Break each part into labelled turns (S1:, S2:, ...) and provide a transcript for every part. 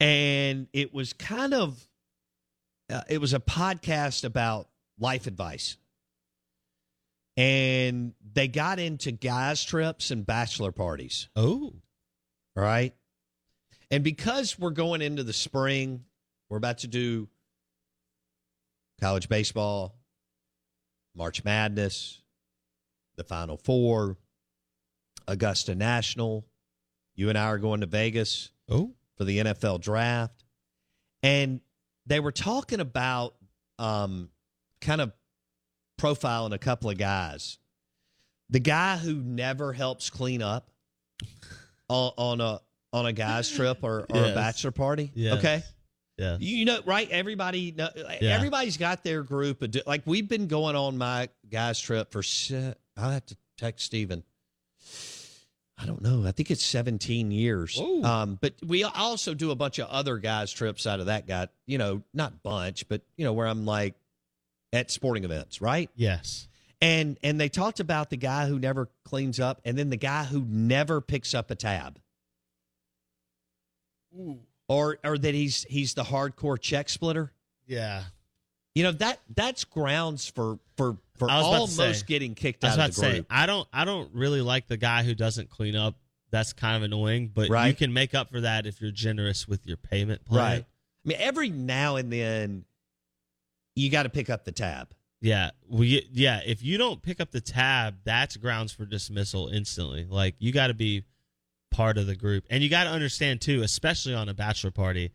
S1: and it was kind of uh, it was a podcast about life advice, and they got into guys trips and bachelor parties.
S2: Oh,
S1: All right, and because we're going into the spring, we're about to do college baseball, March Madness, the Final Four, Augusta National. You and I are going to Vegas
S2: oh,
S1: for the NFL draft. And they were talking about um, kind of profiling a couple of guys. The guy who never helps clean up on, on a on a guy's trip or, or a
S2: Yes.
S1: bachelor party.
S2: Yes.
S1: Okay.
S2: yeah.
S1: You know, right? Everybody, know, everybody's got their group. Of, like we've been going on my guys trip for. se- I'll have to text Steven. I don't know. I think it's seventeen years.
S2: Whoa.
S1: Um, but we also do a bunch of other guys trips out of that guy. You know, not bunch, but you know where I'm like at sporting events, right?
S2: Yes.
S1: And and they talked about the guy who never cleans up, and then the guy who never picks up a tab. Or or that he's he's the hardcore check splitter.
S2: Yeah.
S1: You know that that's grounds for for for
S2: I was about to
S1: almost
S2: say.
S1: getting kicked
S2: I was
S1: out
S2: about
S1: of
S2: to
S1: the group.
S2: say I don't I don't really like the guy who doesn't clean up. That's kind of annoying, but you
S1: Right.
S2: can make up for that if you're generous with your payment plan.
S1: right. I mean, every now and then, you got to pick up the tab.
S2: Yeah. We yeah, if you don't pick up the tab, that's grounds for dismissal instantly. Like you got to be part of the group. And you got to understand too, especially on a bachelor party,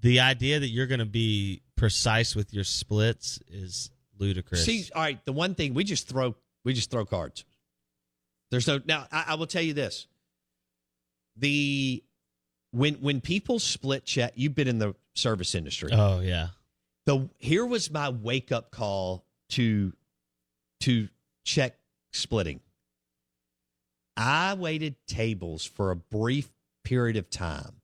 S2: the idea that you're going to be precise with your splits is ludicrous.
S1: See, all right. The one thing we just throw we just throw cards. There's no now. I, I will tell you this: the when when people split check, you've been in the service industry.
S2: oh yeah.
S1: the here was my wake up call to to check splitting. I waited tables for a brief period of time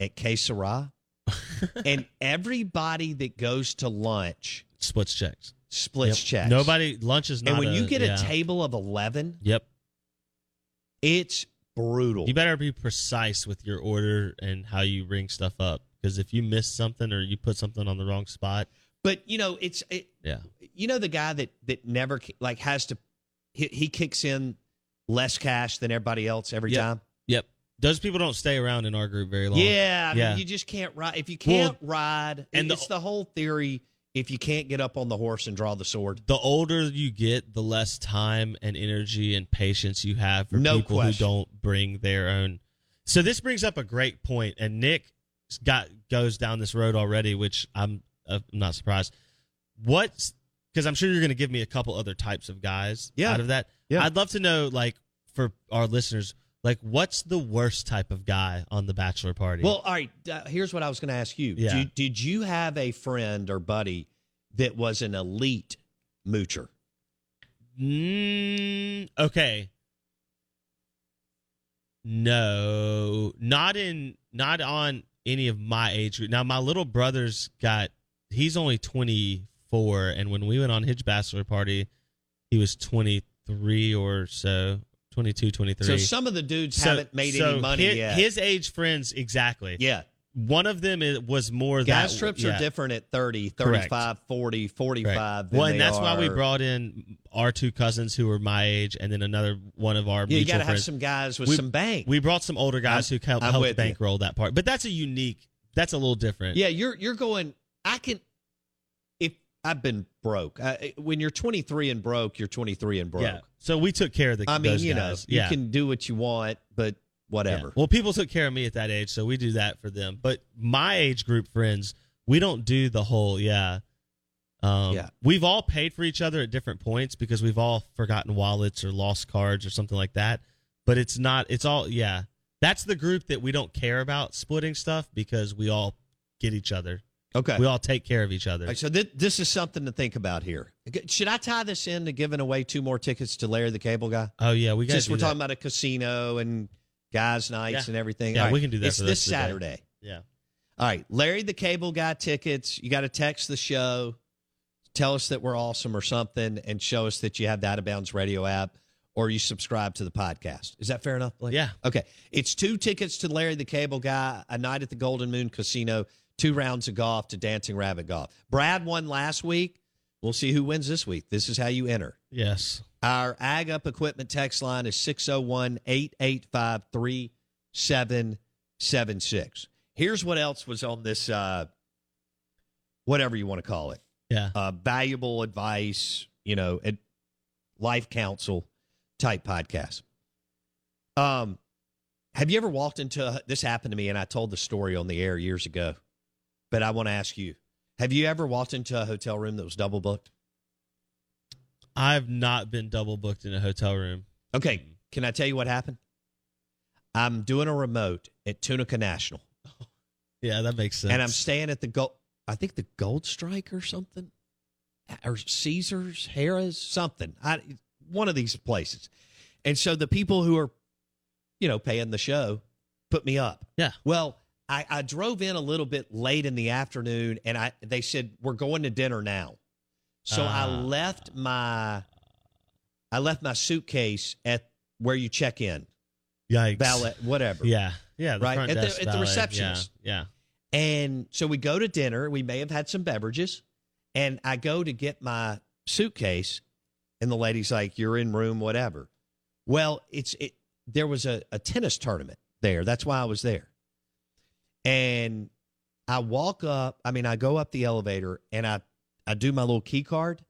S1: at Quesara, and everybody that goes to lunch
S2: Splits checks.
S1: splits
S2: Yep.
S1: checks.
S2: Nobody lunch is not
S1: And when
S2: a-
S1: you get
S2: yeah.
S1: a table of eleven,
S2: Yep.
S1: it's brutal.
S2: You better be precise with your order and how you ring stuff up. Because if you miss something or you put something on the wrong spot,
S1: But you know, it's it,
S2: yeah,
S1: you know the guy that that never like has to he, he kicks in less cash than everybody else every
S2: Yep.
S1: time.
S2: yep. Those people don't stay around in our group very long.
S1: Yeah, I
S2: Yeah.
S1: mean, you just can't ride. If you can't ride, and
S2: and the-
S1: it's the whole theory. If you can't get up on the horse and draw the sword,
S2: The older you get, the less time and energy and patience you have for
S1: No
S2: people
S1: question.
S2: who don't bring their own. So this brings up a great point, and Nick got goes down this road already, which I'm uh, I'm not surprised. What's because I'm sure you're going to give me a couple other types of guys
S1: Yeah.
S2: out of that.
S1: Yeah.
S2: I'd love to know, like, for our listeners, like, what's the worst type of guy on the bachelor party?
S1: well, all right. Uh, here's what I was going to ask you.
S2: Yeah.
S1: Did, did you have a friend or buddy that was an elite moocher?
S2: Mm, okay. No, not in not on any of my age group. Now my little brother's got he's only 24 and when we went on his bachelor party he was 23 or so, 22, 23.
S1: So some of the dudes
S2: So-
S1: haven't made
S2: so
S1: any money
S2: his,
S1: yet.
S2: His age friends exactly.
S1: yeah.
S2: One of them is, was more
S1: Gas
S2: that,
S1: trips
S2: yeah.
S1: are different at 30,
S2: Correct.
S1: 35, 40,
S2: Right.
S1: 45. than
S2: Well, and
S1: they
S2: that's why we
S1: are-
S2: brought in our two cousins who were my age, and then another one of our
S1: Yeah, you
S2: mutual
S1: got to have
S2: friends.
S1: some guys with
S2: We-
S1: some bank.
S2: we brought some older guys
S1: I'm-
S2: who helped,
S1: I'm
S2: helped
S1: with you.
S2: bankroll that part, but that's a unique. That's a little different.
S1: yeah, you're you're going. I can. If I've been broke, I, when you're 23 and broke, you're 23 and broke.
S2: Yeah. So we took care of the.
S1: I mean,
S2: those
S1: you
S2: guys.
S1: know, you
S2: yeah.
S1: can do what you want, but
S2: Yeah.
S1: whatever.
S2: Well, people took care of me at that age, so we do that for them. But my age group friends, we don't do the whole yeah. Um,
S1: Yeah.
S2: We've all paid for each other at different points because we've all forgotten wallets or lost cards or something like that. But it's not. It's all yeah. That's the group that we don't care about splitting stuff because we all get each other.
S1: okay.
S2: We all take care of each other.
S1: All right, so thi- this is something to think about here. Okay, Should I tie this in to giving away two more tickets to Larry the Cable Guy?
S2: Oh yeah, we got.
S1: Since we're talking about a casino and guys' nights
S2: Yeah.
S1: and everything.
S2: Yeah,
S1: All right,
S2: we can do that
S1: It's
S2: for the
S1: this
S2: rest of the
S1: Saturday.
S2: Yeah.
S1: All right, Larry the Cable Guy tickets. You got to text the show, tell us that we're awesome or something, and show us that you have the Out of Bounds Radio app or you subscribe to the podcast. Is that fair enough, Blake?
S2: Yeah.
S1: Okay. It's two tickets to Larry the Cable Guy, a night at the Golden Moon Casino, two rounds of golf to Dancing Rabbit Golf. Brad won last week. We'll see who wins this week. This is how you enter.
S2: Yes.
S1: Our Ag Up Equipment text line is 601 885 3776. Here's what else was on this, uh, whatever you want to call it
S2: Yeah.
S1: uh, valuable advice, you know, ad- life counsel type podcast. Um, have you ever walked into this happened to me, and I told the story on the air years ago, but I want to ask you: Have you ever walked into a hotel room that was double booked?
S2: I've not been double booked in a hotel room.
S1: Okay, can I tell you what happened? I'm doing a remote at Tunica National,
S2: Yeah, that makes sense.
S1: and I'm staying at the gold. I think the Gold Strike or something, or Caesars, Harrah's, something. I one of these places, and so the people who are, you know, paying the show, put me up.
S2: Yeah.
S1: Well, I, I drove in a little bit late in the afternoon, and I they said we're going to dinner now, so I
S2: Ah.
S1: left my, I left my suitcase at where you check in,
S2: Yikes.
S1: valet, whatever.
S2: Yeah, yeah, the
S1: Right,
S2: front
S1: at the-
S2: desk
S1: at the
S2: valet,
S1: receptionist.
S2: Yeah,
S1: And so we go to dinner. We may have had some beverages. And I go to get my suitcase, and the lady's like, You're in room, whatever. Well, it's it there was a, a tennis tournament there. That's why I was there. And I walk up, I mean, I go up the elevator and I I do my little key card.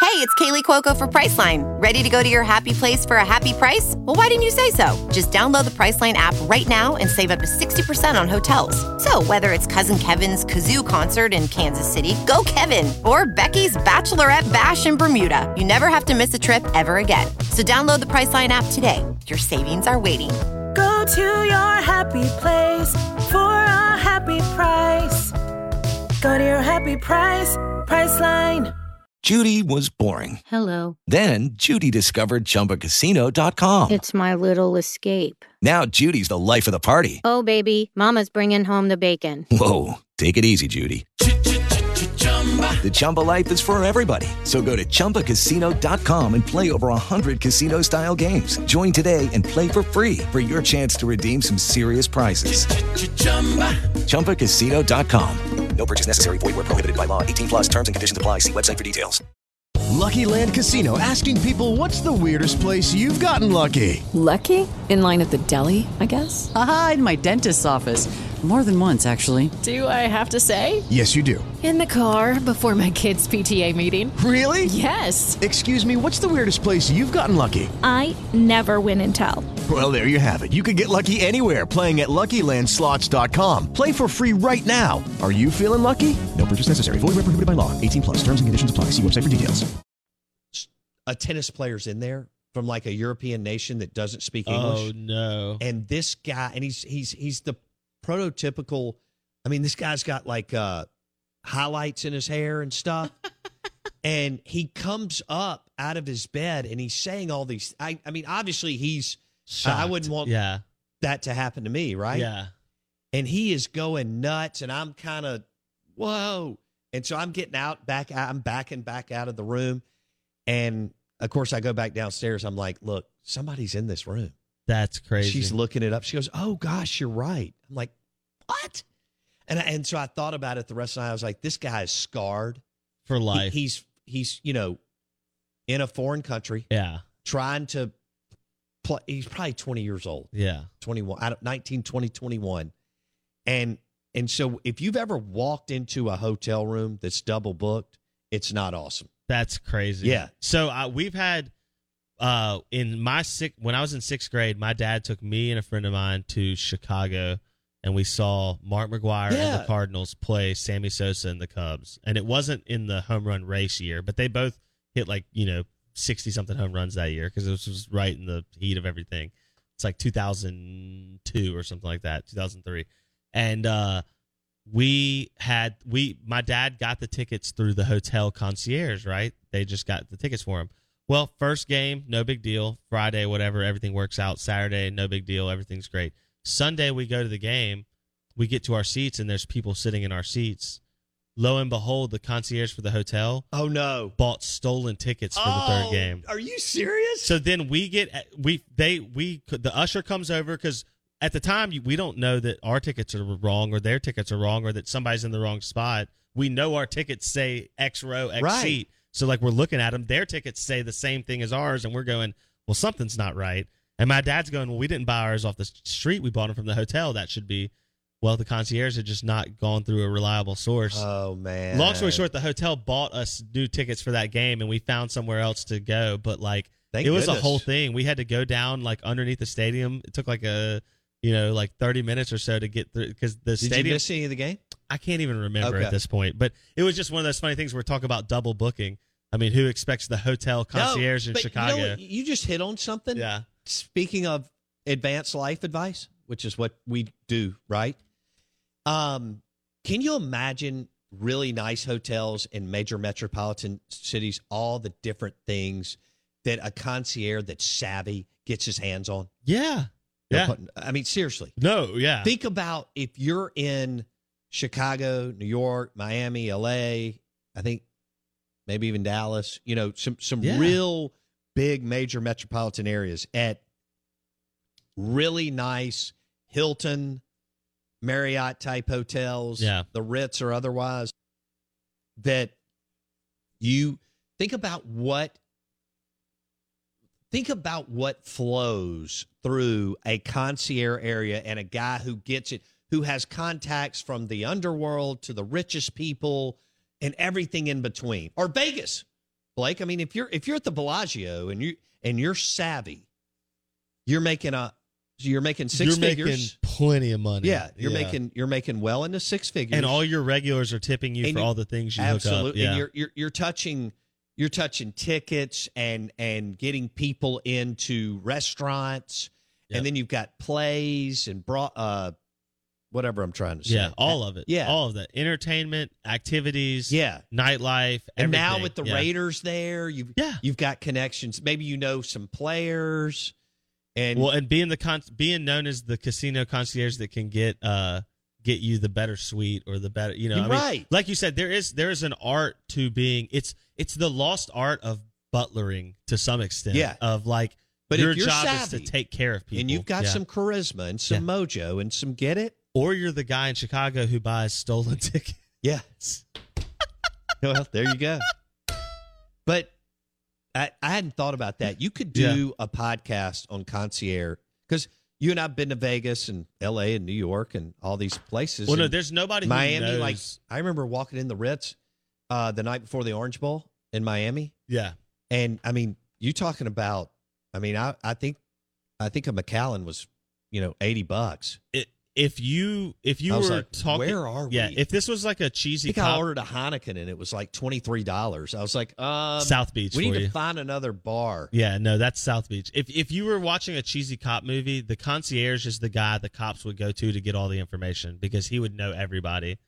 S3: Hey, it's Kaylee Cuoco for Priceline. Ready to go to your happy place for a happy price? Well, why didn't you say so? Just download the Priceline app right now and save up to 60% on hotels. So, whether it's Cousin Kevin's Kazoo concert in Kansas City, go Kevin, or Becky's Bachelorette Bash in Bermuda, you never have to miss a trip ever again. So, download the Priceline app today. Your savings are waiting.
S4: Go to your happy place for a happy price. Go to your happy price, Priceline.
S5: Judy was boring.
S6: Hello.
S5: Then Judy discovered ChumbaCasino.com.
S6: It's my little escape.
S5: Now Judy's the life of the party.
S6: Oh, baby. Mama's bringing home the bacon.
S5: Whoa, take it easy, Judy. The Chumba life is for everybody. So go to ChumbaCasino.com and play over 100 casino style games. Join today and play for free for your chance to redeem some serious prizes. ChumbaCasino.com.
S7: No purchase necessary. Void where prohibited by law. 18 plus terms and conditions apply. See website for details.
S8: Lucky Land Casino asking people what's the weirdest place you've gotten lucky?
S9: Lucky? In line at the deli, I guess?
S4: Aha, in my dentist's office. More than once, actually.
S9: Do I have to say?
S8: Yes, you do.
S9: In the car before my kids' PTA meeting.
S8: Really?
S9: Yes.
S8: Excuse me, what's the weirdest place you've gotten lucky?
S4: I never win and tell.
S8: Well, there you have it. You can get lucky anywhere playing at LuckyLandSlots.com. Play for free right now. Are you feeling lucky? No purchase necessary. Void where prohibited by law. 18 plus. Terms and conditions apply. See website for details.
S1: A tennis player's in there from like a European nation that doesn't speak English.
S2: Oh no.
S1: and this guy and he's he's he's the prototypical i mean this guy's got like uh highlights in his hair and stuff and he comes up out of his bed and he's saying all these i i mean obviously he's I wouldn't want
S2: yeah.
S1: that to happen to me, right?
S2: Yeah.
S1: And he is going nuts, and I'm kind of, whoa. And so I'm getting out, back, I'm backing back out of the room. And of course, I go back downstairs. I'm like, look, somebody's in this room.
S2: That's crazy.
S1: She's looking it up. She goes, "Oh gosh, you're right." I'm like, "What?" And I, and so I thought about it the rest of the night. I was like, "This guy is scarred
S2: for
S1: He-
S2: life.
S1: he's he's you know in a foreign country
S2: yeah.
S1: trying to play. He's probably 20 years old,
S2: Yeah.
S1: 21, I don't- 19, 20, 21, and and so if you've ever walked into a hotel room that's double booked, it's not awesome.
S2: That's crazy.
S1: Yeah.
S2: So uh, we've had uh in my six when I was in sixth grade, my dad took me and a friend of mine to Chicago, and we saw Mark McGuire and
S1: Yeah.
S2: the Cardinals play Sammy Sosa and the Cubs. And it wasn't in the home run race year, but they both hit like you know sixty something home runs that year because it was just right in the heat of everything. It's like two thousand two or something like that, two thousand three, and uh we had we my dad got the tickets through the hotel concierge right they just got the tickets for him well first game no big deal friday whatever everything works out saturday no big deal everything's great sunday we go to the game we get to our seats and there's people sitting in our seats lo and behold the concierge for the hotel
S1: Oh no! Oh,
S2: bought stolen tickets for the third game
S1: Are you serious?
S2: so then we get we they we the usher comes over because at the time you- we don't know that our tickets are wrong or their tickets are wrong or that somebody's in the wrong spot. We know our tickets say X row X
S1: Right.
S2: seat, so like we're looking at them. Their tickets say the same thing as ours, and we're going, well, something's not right. And my dad's going, well, we didn't buy ours off the street. We bought them from the hotel. That should be. Well, the concierge had just not gone through a reliable source.
S1: Oh man!
S2: Long story short, the hotel bought us new tickets for that game, and we found somewhere else to go. But like,
S1: Thank
S2: it was a
S1: goodness.
S2: whole thing. We had to go down like underneath the stadium. It took like a, you know, like thirty minutes or so to get through because the
S1: Did
S2: stadium.
S1: you miss any of the game?
S2: I can't even remember
S1: Okay.
S2: at this point. But it was just one of those funny things. We're talking about double booking. I mean, who expects the hotel concierge
S1: no,
S2: in
S1: but
S2: Chicago?
S1: You, know what? You just hit on something.
S2: yeah,
S1: Speaking of advanced life advice, which is what we do, right? Um, can you imagine really nice hotels in major metropolitan cities, all the different things that a concierge that's savvy gets his hands on?
S2: yeah,
S1: No
S2: yeah.
S1: pun- I mean, seriously.
S2: No, yeah.
S1: Think about if you're in Chicago, New York, Miami, LA, I think maybe even Dallas, you know, some some
S2: Yeah.
S1: real big major metropolitan areas at really nice Hilton, Marriott type hotels,
S2: Yeah.
S1: the Ritz or otherwise that you think about what think about what flows through a concierge area and a guy who gets it who has contacts from the underworld to the richest people and everything in between or vegas blake i mean if you're if you're at the bellagio and you and you're savvy you're making a you're making 6
S2: you're
S1: figures
S2: making plenty of money.
S1: yeah you're making you're making well into six figures
S2: and all your regulars are tipping you
S1: And
S2: for
S1: you-
S2: all the things you hook up.
S1: absolutely
S2: Yeah.
S1: and you're, you're you're touching you're touching tickets and and getting people into restaurants
S2: Yep.
S1: and then you've got plays and bra uh whatever i'm trying to say
S2: Yeah, all of it.
S1: yeah
S2: all of that entertainment, activities,
S1: yeah
S2: nightlife,
S1: and now
S2: everything.
S1: with the
S2: Yeah.
S1: raiders there you
S2: Yeah.
S1: you've got connections maybe you know some players and
S2: well, and being the con- being known as the casino concierge that can get uh get you the better suite or the better you know I mean,
S1: Right.
S2: like you said there is there is an art to being it's it's the lost art of butlering to some extent
S1: Yeah.
S2: of like
S1: But if
S2: your
S1: you're
S2: job is to
S1: savvy
S2: take care of people
S1: and you've got
S2: Yeah.
S1: some charisma and some mojo and some get it
S2: or you're the guy in Chicago who buys stolen tickets
S1: yeah well, there you go. But I, I hadn't thought about that. You could do a podcast on concierge because you and I've been to Vegas and L.A. and New York and all these places.
S2: well no
S1: and
S2: there's nobody who
S1: Miami.
S2: knows-
S1: Like I remember walking in the Ritz uh, the night before the Orange Bowl in Miami,
S2: yeah
S1: and I mean, you talking about? I mean, I I think I think a McAllen was you know eighty bucks.
S2: it, if you if you
S1: I
S2: were
S1: was like,
S2: talking
S1: where are
S2: yeah
S1: we?
S2: if this was like a
S1: I
S2: cheesy
S1: think I
S2: cop,
S1: ordered a Heineken and it was like twenty three dollars. I was like, um,
S2: South Beach
S1: We
S2: for
S1: need
S2: you.
S1: to find another bar.
S2: yeah no that's South Beach if if you were watching a cheesy cop movie the concierge is the guy the cops would go to to get all the information because he would know everybody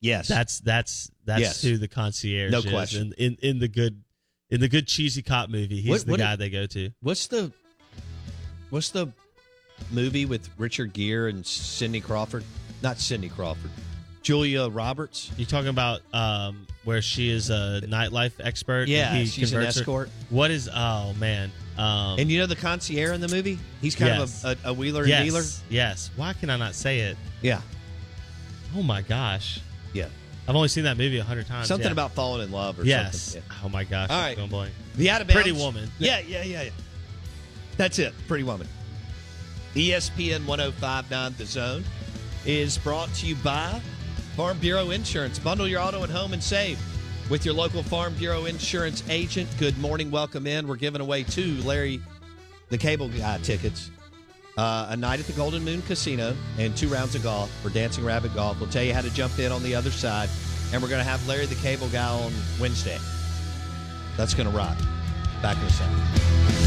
S1: Yes,
S2: that's that's that's
S1: Yes.
S2: who the concierge
S1: No
S2: is
S1: question.
S2: in, in in the good in the good cheesy cop movie he's
S1: What-
S2: the
S1: what
S2: guy
S1: is-
S2: they go to
S1: What's the What's the movie with Richard Gere and Cindy Crawford? Not Cindy Crawford. Julia Roberts.
S2: You talking about um, where she is a nightlife expert?
S1: Yeah,
S2: and
S1: she's an
S2: converts her-
S1: escort.
S2: What is? Oh man. Um,
S1: And you know the concierge in the movie? He's kind
S2: Yes.
S1: of a, a, a wheeler
S2: yes,
S1: and dealer.
S2: Yes. Why can I not say it?
S1: Yeah.
S2: Oh my gosh.
S1: Yeah.
S2: I've only seen that movie a hundred times.
S1: Something
S2: yeah.
S1: about falling in love or
S2: yes.
S1: something.
S2: Oh my gosh.
S1: All
S2: I'm
S1: right.
S2: Going blank.
S1: The Out of Bounds.
S2: Pretty Woman.
S1: Yeah, yeah, yeah, yeah. That's it. Pretty Woman. E ESPN 1059 The Zone is brought to you by Farm Bureau Insurance. Bundle your auto and home and save with your local Farm Bureau Insurance agent. Good morning. Welcome in. We're giving away two Larry the Cable Guy tickets, uh, a night at the Golden Moon Casino, and two rounds of golf for Dancing Rabbit Golf. We'll tell you how to jump in on the other side. And we're going to have Larry the Cable Guy on Wednesday. That's going to rock. Back in a second.